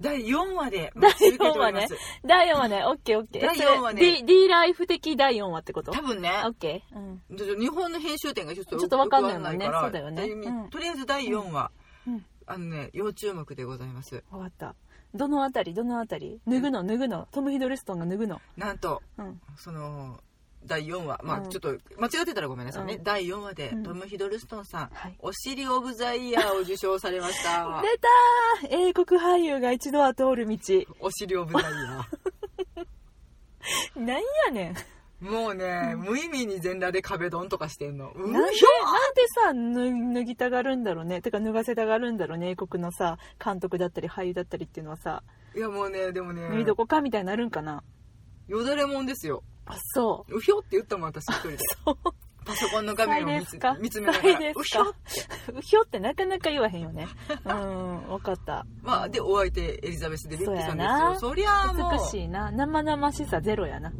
[SPEAKER 2] 第4話で
[SPEAKER 1] 第
[SPEAKER 2] 続けて
[SPEAKER 1] 4
[SPEAKER 2] お
[SPEAKER 1] 話
[SPEAKER 2] りま
[SPEAKER 1] ね
[SPEAKER 2] す、
[SPEAKER 1] 第4話ねオッケーオッケー
[SPEAKER 2] 第四話ね
[SPEAKER 1] それ D, D ライフ的第4話ってこと
[SPEAKER 2] 多分ね
[SPEAKER 1] オッケーうん
[SPEAKER 2] ちょっと日本の編集点がちょっと
[SPEAKER 1] ちょっとわかんないもんね
[SPEAKER 2] よくわから
[SPEAKER 1] そうだよねうん
[SPEAKER 2] とりあえず第4話、
[SPEAKER 1] うん
[SPEAKER 2] あのね要注目でございます
[SPEAKER 1] 分かったどのあたりどのあたり脱ぐの脱ぐのトム・ヒドルストンが脱ぐの
[SPEAKER 2] なんと
[SPEAKER 1] うん
[SPEAKER 2] その第4話まあ
[SPEAKER 1] うん
[SPEAKER 2] ちょっと間違ってたらごめんなさいね、
[SPEAKER 1] うん
[SPEAKER 2] 第4話で
[SPEAKER 1] うん
[SPEAKER 2] トム・ヒドルストンさん、
[SPEAKER 1] はい
[SPEAKER 2] お尻オブ・ザ・イヤーを受賞されまし た
[SPEAKER 1] 出たー英国俳優が一度は通る道
[SPEAKER 2] お尻オブ・ザ・イヤ
[SPEAKER 1] なんやねん
[SPEAKER 2] ーもうね、無意味に全裸で壁ドンとかしてんのうひょ
[SPEAKER 1] なんでなんでさ脱脱ぎたがるんだろうねてか脱がせたがるんだろうね英国のさ監督だったり俳優だったりっていうのはさ
[SPEAKER 2] いやもうねでもね
[SPEAKER 1] 脱いどこかみたいになるんかな
[SPEAKER 2] よだれもんですよ
[SPEAKER 1] あそう
[SPEAKER 2] ひょって言ったもん私一人で
[SPEAKER 1] そう
[SPEAKER 2] パソコンの画面を見つ
[SPEAKER 1] 不快ですか
[SPEAKER 2] 見つめながら
[SPEAKER 1] 不快ですか
[SPEAKER 2] うひょ
[SPEAKER 1] ううひょってなかなか言わへんよねうん分かった
[SPEAKER 2] まあ、で、お相手、エリザベス・デビッキさんです
[SPEAKER 1] そうや
[SPEAKER 2] よ
[SPEAKER 1] な。
[SPEAKER 2] そりゃあもう
[SPEAKER 1] 美、しいな生々しさゼロやな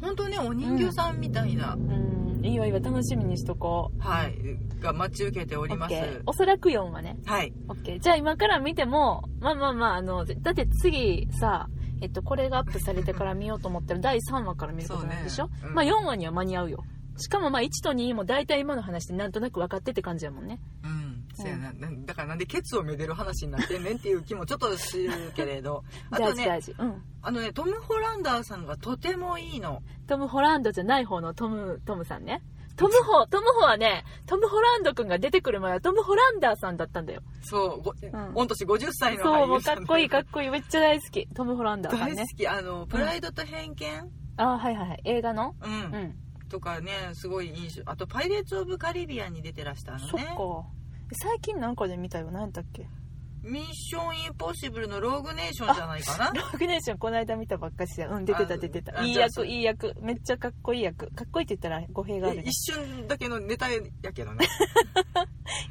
[SPEAKER 2] 本当ね、お人形さんみたいな、
[SPEAKER 1] うんいいわいいわ楽しみにしとこう
[SPEAKER 2] はい、が待ち受けてお
[SPEAKER 1] オ
[SPEAKER 2] り
[SPEAKER 1] ッ
[SPEAKER 2] ます
[SPEAKER 1] ケ。ーおそらく4はね
[SPEAKER 2] はい。
[SPEAKER 1] オッケーじゃあ今から見てもまあまあまああのだって次さえっと、これがアップされてから見ようと思ったら第3話から見ることになんでしょ、
[SPEAKER 2] そうねうん
[SPEAKER 1] まあ4話には間に合うよしかもまあ1と2も大体今の話でなんとなく分かってって感じやもんね
[SPEAKER 2] うん。そうやな。なだからなんで、ケツをめでる話になってんねんっていう気もちょっとするけ れど。あ
[SPEAKER 1] 大
[SPEAKER 2] と
[SPEAKER 1] 事
[SPEAKER 2] ね、
[SPEAKER 1] 大事うん
[SPEAKER 2] あのね、トム・ホランダーさんがとてもいいの。
[SPEAKER 1] トム・ホランドじゃない方のトム、トムさんね。トムホ、トムホはね、トム・ホランドくんが出てくる前はトム・ホランダーさんだったんだよ。
[SPEAKER 2] そう、ご
[SPEAKER 1] ん
[SPEAKER 2] 御年50歳の
[SPEAKER 1] そう、もう
[SPEAKER 2] 俳優
[SPEAKER 1] か
[SPEAKER 2] さ
[SPEAKER 1] っ
[SPEAKER 2] ん。
[SPEAKER 1] こいい、かっこいい。めっちゃ大好き。トム・ホランダーさん
[SPEAKER 2] 大
[SPEAKER 1] ね
[SPEAKER 2] 好。き。あの、プライドと偏見
[SPEAKER 1] あーはいはいはい。映画の
[SPEAKER 2] う。
[SPEAKER 1] うんん。
[SPEAKER 2] とかね、すごい印象。あと、パイレーツ・オブ・カリビアンに出てらしたのね。
[SPEAKER 1] そっか。最近なんかで見たよ。何だっけ。
[SPEAKER 2] ミッションインポッシブルのローグネーションじゃないかな
[SPEAKER 1] ローグネーションこの間見たばっかしだ。うん、出てた
[SPEAKER 2] あ
[SPEAKER 1] 出てた。
[SPEAKER 2] あ
[SPEAKER 1] いい
[SPEAKER 2] じゃあそ
[SPEAKER 1] 役、いい役。めっちゃかっこいい役。かっこいいって言ったら語弊があるね
[SPEAKER 2] え。一瞬だけのネタやけどね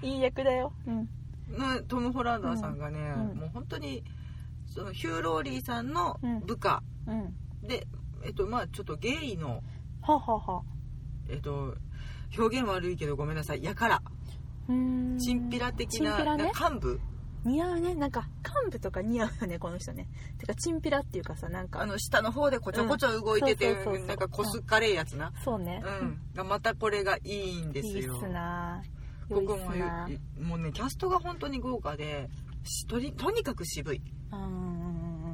[SPEAKER 1] いい役だよ。うん。
[SPEAKER 2] のトム・ホランダーさんがね、
[SPEAKER 1] うん
[SPEAKER 2] もう本当にそのヒューローリーさんの
[SPEAKER 1] うん
[SPEAKER 2] 部下
[SPEAKER 1] うん。
[SPEAKER 2] で、えっとまあ、ちょっとゲイの、
[SPEAKER 1] はあはあはあ。
[SPEAKER 2] えっと、表現悪いけどごめんなさいやから
[SPEAKER 1] うーん。
[SPEAKER 2] チンピラ的
[SPEAKER 1] チン
[SPEAKER 2] な,、
[SPEAKER 1] ピラね。
[SPEAKER 2] 幹部
[SPEAKER 1] 似合うねなんか幹部とか似合うよねこの人ねてかチンピラっていうかさなん
[SPEAKER 2] あ
[SPEAKER 1] か
[SPEAKER 2] の下の方でこちょこちょ動いて
[SPEAKER 1] う
[SPEAKER 2] て、
[SPEAKER 1] んそうそうそうそう
[SPEAKER 2] なんかこすかれえやつな、
[SPEAKER 1] そうね
[SPEAKER 2] うんがまたこれがいいんです
[SPEAKER 1] いい
[SPEAKER 2] よ
[SPEAKER 1] っすな良い
[SPEAKER 2] 僕
[SPEAKER 1] っ
[SPEAKER 2] も
[SPEAKER 1] すな
[SPEAKER 2] 言うもうねキャストが本当に豪華でしとりとにかく渋い
[SPEAKER 1] うんうんう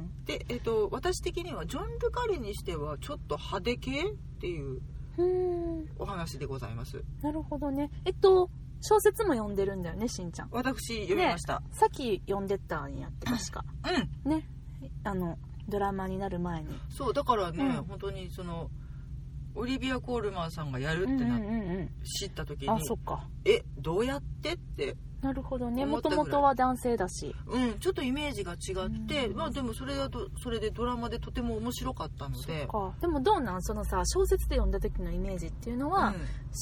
[SPEAKER 1] ん
[SPEAKER 2] で、えっと、私的にはジョン・ルカリにしてはちょっと派手系っていう
[SPEAKER 1] うんうーん
[SPEAKER 2] お話でございます
[SPEAKER 1] なるほどねえっと小説も読んでるんだよねしんちゃん
[SPEAKER 2] 私読みました、
[SPEAKER 1] さっき読んでたんやって確かねあのドラマになる前に
[SPEAKER 2] うんそうだからね、
[SPEAKER 1] うん
[SPEAKER 2] 本当にそのオリビア・コールマンさんがやるっ
[SPEAKER 1] う
[SPEAKER 2] て
[SPEAKER 1] んうん
[SPEAKER 2] な、
[SPEAKER 1] うん
[SPEAKER 2] 知った時
[SPEAKER 1] う
[SPEAKER 2] に
[SPEAKER 1] んあそっか
[SPEAKER 2] えどうやってって
[SPEAKER 1] なるほどね
[SPEAKER 2] 思
[SPEAKER 1] も
[SPEAKER 2] った
[SPEAKER 1] と
[SPEAKER 2] ぐらい
[SPEAKER 1] もとは男性だし
[SPEAKER 2] うんちょっとイメージが違って、
[SPEAKER 1] うん
[SPEAKER 2] まあでもそれだとそれでドラマでとても面白かったので
[SPEAKER 1] かでもどうなんそのさ小説で読んだ時のイメージっていうのは、
[SPEAKER 2] うん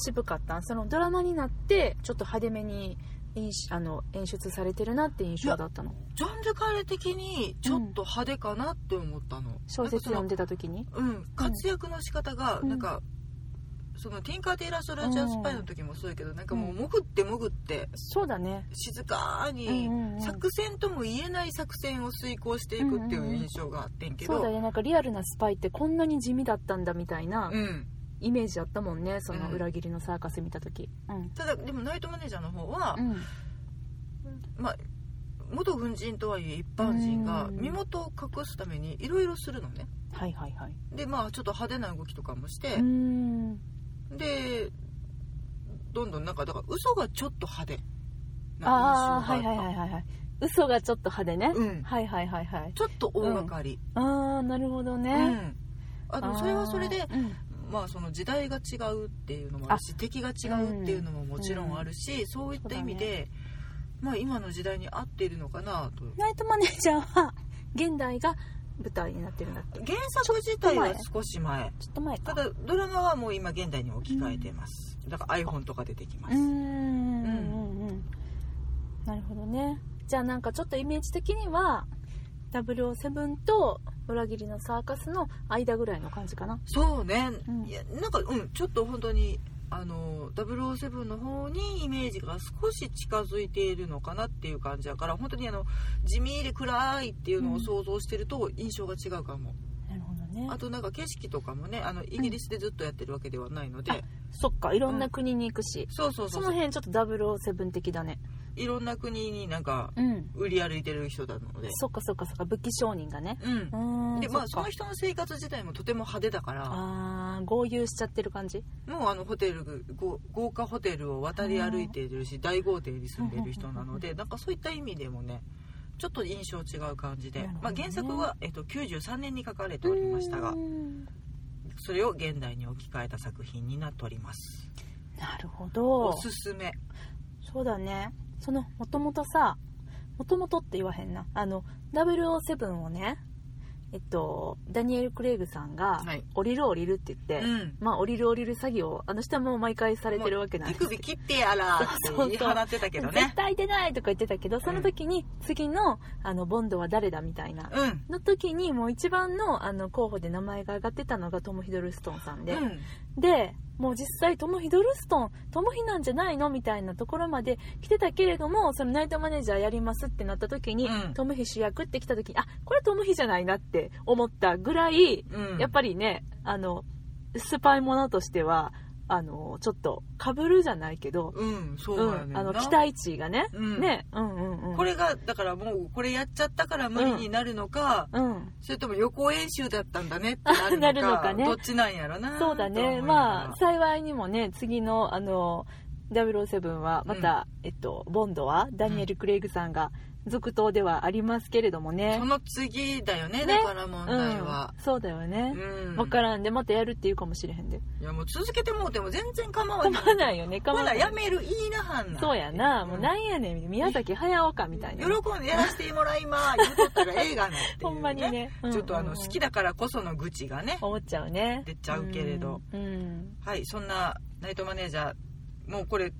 [SPEAKER 1] 渋かったんそのドラマになってちょっと派手めに演しあの演出されてるなって印象だったの
[SPEAKER 2] ジャンルカレ的にちょっと派手かなって思ったの、
[SPEAKER 1] 小説読んで
[SPEAKER 2] で
[SPEAKER 1] た時に
[SPEAKER 2] うん活躍の仕方が
[SPEAKER 1] うん
[SPEAKER 2] なんか、そのティンカー・テイラー・ソルジャー・スパイの時もそうやけどなんかもう潜って潜って
[SPEAKER 1] そうだね
[SPEAKER 2] 静かに
[SPEAKER 1] うんうんうん
[SPEAKER 2] 作戦とも言えない作戦を遂行していくってい
[SPEAKER 1] んう
[SPEAKER 2] うん
[SPEAKER 1] うん
[SPEAKER 2] 印象があってんけ
[SPEAKER 1] そう
[SPEAKER 2] ど
[SPEAKER 1] だねなんかリアルなスパイってこんなに地味だったんだみたいな
[SPEAKER 2] うん
[SPEAKER 1] イメージあったもんねその
[SPEAKER 2] うん
[SPEAKER 1] 裏切りのサーカス見た時うん
[SPEAKER 2] ただでもナイトマネージャーの方は
[SPEAKER 1] う、ん
[SPEAKER 2] まあ元軍人とはいえ一般人が
[SPEAKER 1] うん
[SPEAKER 2] 身元を隠すためにいろいろするのね
[SPEAKER 1] はいはいはい
[SPEAKER 2] でまあちょっと派手な動きとかもして
[SPEAKER 1] うー、ん
[SPEAKER 2] でどんどんなんかだから嘘がちょっと派手
[SPEAKER 1] ああは
[SPEAKER 2] な
[SPEAKER 1] い
[SPEAKER 2] 印象が
[SPEAKER 1] は
[SPEAKER 2] あっ
[SPEAKER 1] い
[SPEAKER 2] た
[SPEAKER 1] はいはいはい嘘がちょっと派手ね、
[SPEAKER 2] うん
[SPEAKER 1] はいはいはいはい
[SPEAKER 2] ちょっと大掛かり、
[SPEAKER 1] ああなるほど
[SPEAKER 2] うん
[SPEAKER 1] ね、
[SPEAKER 2] あでもそれはそれで
[SPEAKER 1] あーうん
[SPEAKER 2] まあその時代が違うっていうのもあるし敵が違うっていうのももちろんあるし、そういった意味で、まあ今の時代に合っているのかなと
[SPEAKER 1] ナイトマネージャーは現代が舞台になってるんだっけ
[SPEAKER 2] 原作自体は少し前
[SPEAKER 1] ちょっと前
[SPEAKER 2] た
[SPEAKER 1] か
[SPEAKER 2] だドラマはもう今現代に置き換えてます、だから iPhone とか出てきま
[SPEAKER 1] うー
[SPEAKER 2] す、
[SPEAKER 1] ん
[SPEAKER 2] う
[SPEAKER 1] うんんうんうんなるほどねじゃあなんかちょっとイメージ的には007と裏切りのサーカスの間ぐらいの感じかな
[SPEAKER 2] そうね、
[SPEAKER 1] うん
[SPEAKER 2] いやなんかうんちょっと本当にあの007の方にイメージが少し近づいているのかなっていう感じやから本当にあの地味で暗いっていうのを想像してると印象が違うかも、
[SPEAKER 1] なるほどね
[SPEAKER 2] あとなんか景色とかもねあのイギリスでずっとやってるわけではないので、
[SPEAKER 1] あそっかいろんな国に行くし、
[SPEAKER 2] そうそうそ
[SPEAKER 1] そうの辺ちょっと007的だね
[SPEAKER 2] いろんな国になんか
[SPEAKER 1] うん
[SPEAKER 2] 売り歩いてる人なので
[SPEAKER 1] そっかそっかそっか武器商人がね
[SPEAKER 2] うん
[SPEAKER 1] うーん
[SPEAKER 2] でまあ
[SPEAKER 1] そ
[SPEAKER 2] そ
[SPEAKER 1] っ
[SPEAKER 2] の
[SPEAKER 1] か
[SPEAKER 2] 人の生活自体もとても派手だから
[SPEAKER 1] あー合流しちゃってる感じ
[SPEAKER 2] もうあのホテルご豪華ホテルを渡り歩いているし大豪邸に住んでいる人なのでなんかそういった意味でもねちょっと印象違う感じで、
[SPEAKER 1] なるほどね
[SPEAKER 2] まあ、原作は、えっと、93年に書かれておりましたが
[SPEAKER 1] うーん
[SPEAKER 2] それを現代に置き換えた作品になっております
[SPEAKER 1] なるほ
[SPEAKER 2] お
[SPEAKER 1] ど
[SPEAKER 2] すすめ
[SPEAKER 1] そうだねそのもともとさもともとって言わへんなあの007をねえっとダニエル・クレイグさんが
[SPEAKER 2] はい
[SPEAKER 1] 「降りる降りる」って言って、
[SPEAKER 2] うん
[SPEAKER 1] まあ降りる降りる詐欺をあの人はもう毎回されてるわけなん
[SPEAKER 2] 手
[SPEAKER 1] です
[SPEAKER 2] 首切ってやらーって言い放ってたけど
[SPEAKER 1] 絶
[SPEAKER 2] ね
[SPEAKER 1] 対出ないとか言ってたけどその時に次のあのボンドは誰だみたいな
[SPEAKER 2] うん
[SPEAKER 1] の時にもう一番のあの候補で名前が挙がってたのがトム・ヒドルストンさんで、
[SPEAKER 2] うん
[SPEAKER 1] でもう実際トム・ヒドルストントム・ヒなんじゃないのみたいなところまで来てたけれどもそのナイトマネージャーやりますってなった時に、
[SPEAKER 2] うん
[SPEAKER 1] トム・ヒ主役って来た時にあこれトム・ヒじゃないなって思ったぐらい、
[SPEAKER 2] うん
[SPEAKER 1] やっぱりねあのスパイものとしてはあのちょっとかぶるじゃないけど、
[SPEAKER 2] うんそう
[SPEAKER 1] う
[SPEAKER 2] なんやねん
[SPEAKER 1] ん、
[SPEAKER 2] な
[SPEAKER 1] あの期待値がね、
[SPEAKER 2] うん
[SPEAKER 1] ねうんうんうん
[SPEAKER 2] これがだからもうこれやっちゃったから無理になるのか、
[SPEAKER 1] うん
[SPEAKER 2] それとも予行演習だったんだねってなるの
[SPEAKER 1] な
[SPEAKER 2] か
[SPEAKER 1] るのかね
[SPEAKER 2] どっちなんやろな
[SPEAKER 1] そうだ
[SPEAKER 2] と思
[SPEAKER 1] ね
[SPEAKER 2] いながら
[SPEAKER 1] まあ幸いにもね次のあの007はまた、えっと、ボンドはダニエル・クレイグさんが続投ではありますけれどもね
[SPEAKER 2] そ、の次だよね
[SPEAKER 1] ね
[SPEAKER 2] だから問
[SPEAKER 1] う
[SPEAKER 2] 題
[SPEAKER 1] ん
[SPEAKER 2] は、、
[SPEAKER 1] そうだよね
[SPEAKER 2] う、ん
[SPEAKER 1] 分からんでまたやるっていうかもしれへんで
[SPEAKER 2] いやもう続けてもうても全然構わ
[SPEAKER 1] 構
[SPEAKER 2] ない
[SPEAKER 1] わないよね構
[SPEAKER 2] ほ
[SPEAKER 1] わな
[SPEAKER 2] ら
[SPEAKER 1] い
[SPEAKER 2] やめるいいなはんな
[SPEAKER 1] そうやなもうなんやねん宮崎駿かみたいな
[SPEAKER 2] 喜んでやらせてもらいまー言うとったら映画のっていう、ね
[SPEAKER 1] 、ほんまにね、うん
[SPEAKER 2] ちょっとあの
[SPEAKER 1] うん
[SPEAKER 2] 好きだからこその愚痴がね
[SPEAKER 1] 思っちゃうね
[SPEAKER 2] 出ちゃうけれど
[SPEAKER 1] うん、うん
[SPEAKER 2] はいそんなナイトマネージャーもうこれ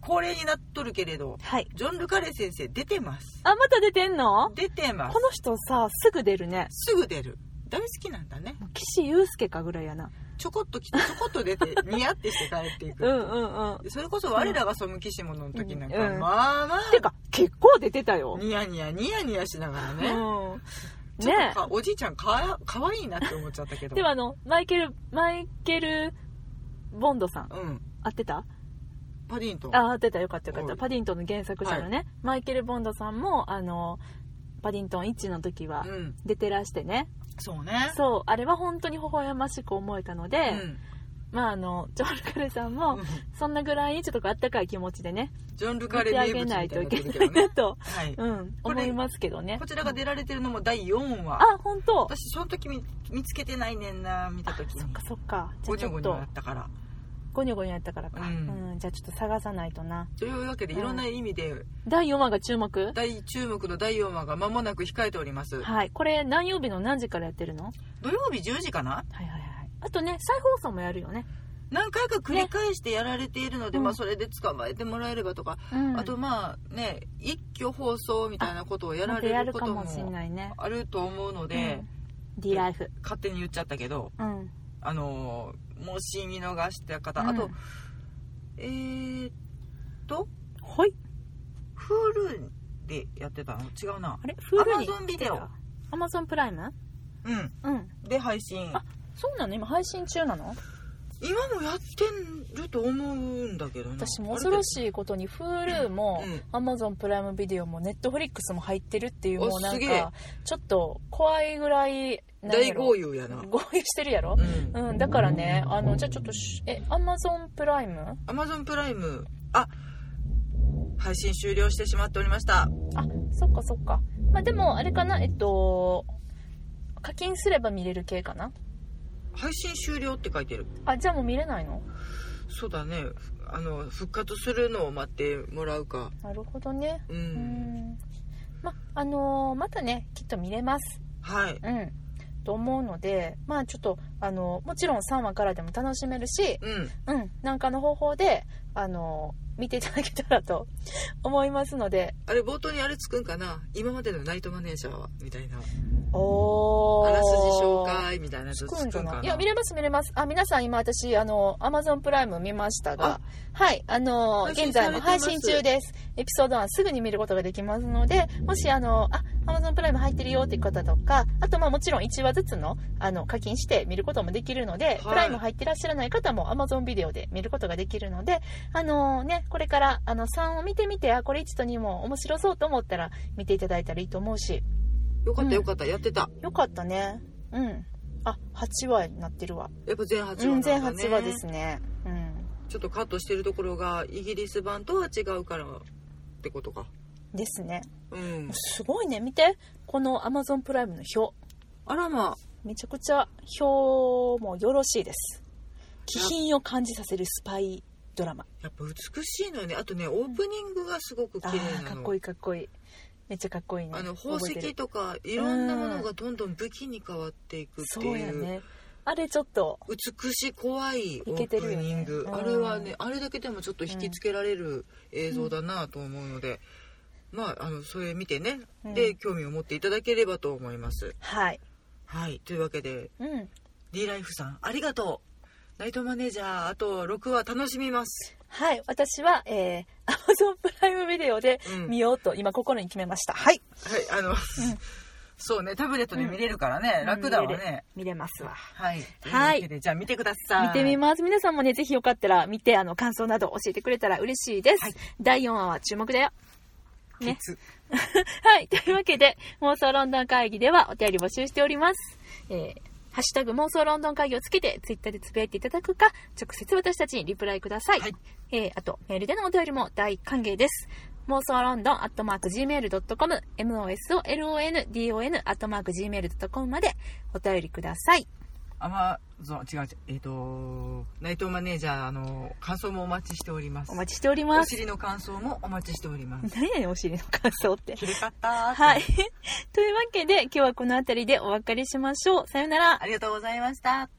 [SPEAKER 2] 恒例になっとるけれど
[SPEAKER 1] はい
[SPEAKER 2] ジョン・ルカレ先生出てます
[SPEAKER 1] あまた出てんの
[SPEAKER 2] 出てます
[SPEAKER 1] この人さすぐ出るね
[SPEAKER 2] すぐ出る大好きなんだね
[SPEAKER 1] もう岸優介かぐらいやな
[SPEAKER 2] ちょこっと 来てちょこっと出てニヤってして帰っていく、
[SPEAKER 1] うんうんうん
[SPEAKER 2] それこそ我らが背きし者の時なんか、
[SPEAKER 1] うん
[SPEAKER 2] まあま
[SPEAKER 1] てか結構出てた
[SPEAKER 2] あ
[SPEAKER 1] よ、
[SPEAKER 2] ニヤニヤニヤニヤしながらね、
[SPEAKER 1] うん
[SPEAKER 2] ちょっ
[SPEAKER 1] ね
[SPEAKER 2] とかおじいちゃんかわかわいいなって思っちゃったけ
[SPEAKER 1] え
[SPEAKER 2] ど
[SPEAKER 1] ではあのマイケルマイケルボンドさん
[SPEAKER 2] うん
[SPEAKER 1] 合ってた
[SPEAKER 2] パディントン
[SPEAKER 1] あ合ってたよかったよかっ
[SPEAKER 2] は
[SPEAKER 1] た
[SPEAKER 2] い
[SPEAKER 1] パディントンの原作者のね、マイケル・ボンドさんもあのパディントン1の時は
[SPEAKER 2] うん
[SPEAKER 1] 出てらしてね、
[SPEAKER 2] そうね
[SPEAKER 1] そうあれは本当に微笑ましく思えたので、
[SPEAKER 2] うん
[SPEAKER 1] まああのジョン・ルカレさんも
[SPEAKER 2] うん
[SPEAKER 1] そんなぐらいちょっとこうあったかい気持ちでね
[SPEAKER 2] ジョン・ルカ
[SPEAKER 1] 見
[SPEAKER 2] レ
[SPEAKER 1] て
[SPEAKER 2] 名
[SPEAKER 1] あ
[SPEAKER 2] 物
[SPEAKER 1] げ
[SPEAKER 2] みた
[SPEAKER 1] ないい
[SPEAKER 2] にな
[SPEAKER 1] と
[SPEAKER 2] っ
[SPEAKER 1] いけ
[SPEAKER 2] てるけ
[SPEAKER 1] ない
[SPEAKER 2] どね
[SPEAKER 1] な、 と、
[SPEAKER 2] はい、
[SPEAKER 1] うん、
[SPEAKER 2] これ
[SPEAKER 1] 思いますけどね
[SPEAKER 2] こちらが出られてるのも第4話
[SPEAKER 1] あ本当
[SPEAKER 2] 私その時見見つけてないねんな見た時
[SPEAKER 1] そっ
[SPEAKER 2] に
[SPEAKER 1] かそっかじゃあ
[SPEAKER 2] ごに
[SPEAKER 1] ち
[SPEAKER 2] ょ
[SPEAKER 1] ょ
[SPEAKER 2] ご
[SPEAKER 1] っ
[SPEAKER 2] にょ
[SPEAKER 1] と
[SPEAKER 2] だったから
[SPEAKER 1] ゴニョゴニョやったからか、
[SPEAKER 2] う
[SPEAKER 1] うんんじゃあちょっと探さないとな
[SPEAKER 2] というわけでいろんな意味で、
[SPEAKER 1] 第4話が注目
[SPEAKER 2] 大注目の第4話が間もなく控えております
[SPEAKER 1] はいこれ何曜日の何時からやってるのはい
[SPEAKER 2] 土曜日10時かな
[SPEAKER 1] はいはいあとね再放送もやるよね
[SPEAKER 2] 何回か繰り返してやられているので、
[SPEAKER 1] ね
[SPEAKER 2] ま
[SPEAKER 1] う
[SPEAKER 2] あ、
[SPEAKER 1] ん
[SPEAKER 2] それで捕まえてもらえればとか、
[SPEAKER 1] うん
[SPEAKER 2] あとまあね一挙放送みたいなことをや
[SPEAKER 1] ま
[SPEAKER 2] ら
[SPEAKER 1] たや
[SPEAKER 2] れ
[SPEAKER 1] る
[SPEAKER 2] るこ
[SPEAKER 1] か
[SPEAKER 2] と
[SPEAKER 1] もしん
[SPEAKER 2] も
[SPEAKER 1] ないね
[SPEAKER 2] あると思うので、
[SPEAKER 1] うん D ライフ
[SPEAKER 2] 勝手に言っちゃったけど
[SPEAKER 1] うん
[SPEAKER 2] あのーもし見逃した方、
[SPEAKER 1] うん
[SPEAKER 2] あとえー、っと
[SPEAKER 1] はい
[SPEAKER 2] Hulu でやってたの違うな
[SPEAKER 1] あれフールに
[SPEAKER 2] Amazon ビデオ
[SPEAKER 1] アマゾンプライム
[SPEAKER 2] うん
[SPEAKER 1] うん
[SPEAKER 2] で配信
[SPEAKER 1] あそうなの今配信中なの
[SPEAKER 2] 今もやってると思うんだけどな
[SPEAKER 1] 私も恐ろ
[SPEAKER 2] い
[SPEAKER 1] しいことに Hulu も
[SPEAKER 2] うん
[SPEAKER 1] Amazon プライムビデオも Netflix も入ってるっていう
[SPEAKER 2] お
[SPEAKER 1] もうなん
[SPEAKER 2] すげえ
[SPEAKER 1] かちょっと怖いぐらいなん
[SPEAKER 2] 大
[SPEAKER 1] やろ
[SPEAKER 2] 豪遊やな
[SPEAKER 1] 合意してるやろ
[SPEAKER 2] うん
[SPEAKER 1] うんだからねあのじゃあちょっとしえ Amazon プライム
[SPEAKER 2] Amazon プライムあ配信終了してしまっておりました
[SPEAKER 1] あそっかそっかまあでもあれかなえっと課金すれば見れる系かな
[SPEAKER 2] 配信終了って書いてる
[SPEAKER 1] あじゃあもう見れないの
[SPEAKER 2] そうだねあの復活するのを待ってもらうか
[SPEAKER 1] なるほどね
[SPEAKER 2] うん、
[SPEAKER 1] うんまあのーまたねきっと見れます
[SPEAKER 2] はい
[SPEAKER 1] うんと思うのでまあちょっとあのもちろん3話からでも楽しめるし
[SPEAKER 2] うん
[SPEAKER 1] うんなんかの方法であの見ていただけたらと思いますので
[SPEAKER 2] あれ冒頭にあれつくんかな今までのナイトマネージャーはみたいな
[SPEAKER 1] おー
[SPEAKER 2] あらすじ紹介みたいなやつ
[SPEAKER 1] つ
[SPEAKER 2] つ
[SPEAKER 1] く
[SPEAKER 2] く
[SPEAKER 1] ん
[SPEAKER 2] ん
[SPEAKER 1] じ
[SPEAKER 2] か
[SPEAKER 1] ゃ
[SPEAKER 2] な
[SPEAKER 1] ないいや見れます見れますあ皆さん今私あの Amazon プライム見ましたが
[SPEAKER 2] あ
[SPEAKER 1] はいあの
[SPEAKER 2] 配信
[SPEAKER 1] 現在も
[SPEAKER 2] され
[SPEAKER 1] 配
[SPEAKER 2] てます
[SPEAKER 1] 信中ですエピソード1すぐに見ることができますのでもしあのあ Amazon プライム入ってるよっていう方とかあとまあもちろん1話ずつのあの課金して見ることもできるので、
[SPEAKER 2] い
[SPEAKER 1] プライム入ってらっしゃらない方も Amazon ビデオで見ることができるのであのねこれからあの3を見てみてあこれ1と2も面白そうと思ったら見ていただいたらいいと思うし
[SPEAKER 2] よかったよかった、やってた
[SPEAKER 1] よかったねうんあ8話になってるわ
[SPEAKER 2] やっぱ全8話
[SPEAKER 1] う
[SPEAKER 2] なんんだ、ね
[SPEAKER 1] 全8話ですねうん
[SPEAKER 2] ちょっとカットしてるところがイギリス版とは違うからってことか
[SPEAKER 1] ですね
[SPEAKER 2] うん
[SPEAKER 1] すごいね見てこの Amazon プライムの表
[SPEAKER 2] あらま
[SPEAKER 1] めちゃくちゃ表もよろしいです気品を感じさせるスパイドラマ
[SPEAKER 2] やっぱ美しいのよねあとねオープニングがすごく
[SPEAKER 1] あ
[SPEAKER 2] 綺麗な
[SPEAKER 1] ー
[SPEAKER 2] の
[SPEAKER 1] かっこいいかっこいいめっちゃかっこいいね
[SPEAKER 2] あの宝
[SPEAKER 1] 覚えて
[SPEAKER 2] 石
[SPEAKER 1] る
[SPEAKER 2] とかいろんなものがどんどん武器に変わっていくって
[SPEAKER 1] そう
[SPEAKER 2] い
[SPEAKER 1] や
[SPEAKER 2] う
[SPEAKER 1] ねあれちょっと
[SPEAKER 2] 美しい怖いオープニング、
[SPEAKER 1] いけてるよねうん
[SPEAKER 2] あれはねあれだけでもちょっと引きつけられる映像だなと思うので、まああのそれ見てね、
[SPEAKER 1] うん
[SPEAKER 2] で興味を持っていただければと思います
[SPEAKER 1] はい
[SPEAKER 2] はいというわけで
[SPEAKER 1] うん
[SPEAKER 2] D ライフさんありがとうナイトマネージャーあと6話楽しみます、
[SPEAKER 1] はい私はえー Amazon プライムビデオで
[SPEAKER 2] うん
[SPEAKER 1] 見ようと今心に決めましたはい
[SPEAKER 2] はいあの、そうねタブレットで見れるからね、楽だわ
[SPEAKER 1] 見れる
[SPEAKER 2] ね
[SPEAKER 1] 見れますわ
[SPEAKER 2] はい、
[SPEAKER 1] はい
[SPEAKER 2] とうわけでじゃあ見てください
[SPEAKER 1] 見てみます。皆さんもね、ぜひよかったら見て、あの、感想など教えてくれたら嬉しいです。
[SPEAKER 2] はい
[SPEAKER 1] 第4話は注目だよ。 ね
[SPEAKER 2] ケツ
[SPEAKER 1] はい。というわけで、妄想ロンドン会議ではお便り募集しております。えーハッシュタグ妄想ロンドン会議をつけて、ツイッターでつぶやいていただくか、直接私たちにリプライください。
[SPEAKER 2] はい
[SPEAKER 1] えーあと、メールでのお便りも大歓迎です。妄想ロンドンアットマーク Gmail.com、MOSOLONDON アットマーク Gmail.com までお便りください。
[SPEAKER 2] アマゾン違う違うえっ、とナイトマネージャーあの感想もお待ちしております
[SPEAKER 1] お待ちしており
[SPEAKER 2] お
[SPEAKER 1] ます。
[SPEAKER 2] 尻の感想もお待ちしております
[SPEAKER 1] 何やねん、お尻の感想って。
[SPEAKER 2] きれかったー
[SPEAKER 1] はい。 というわけで、今日はこの辺りでお別れしましょう。さよなら
[SPEAKER 2] あ。りがとうございました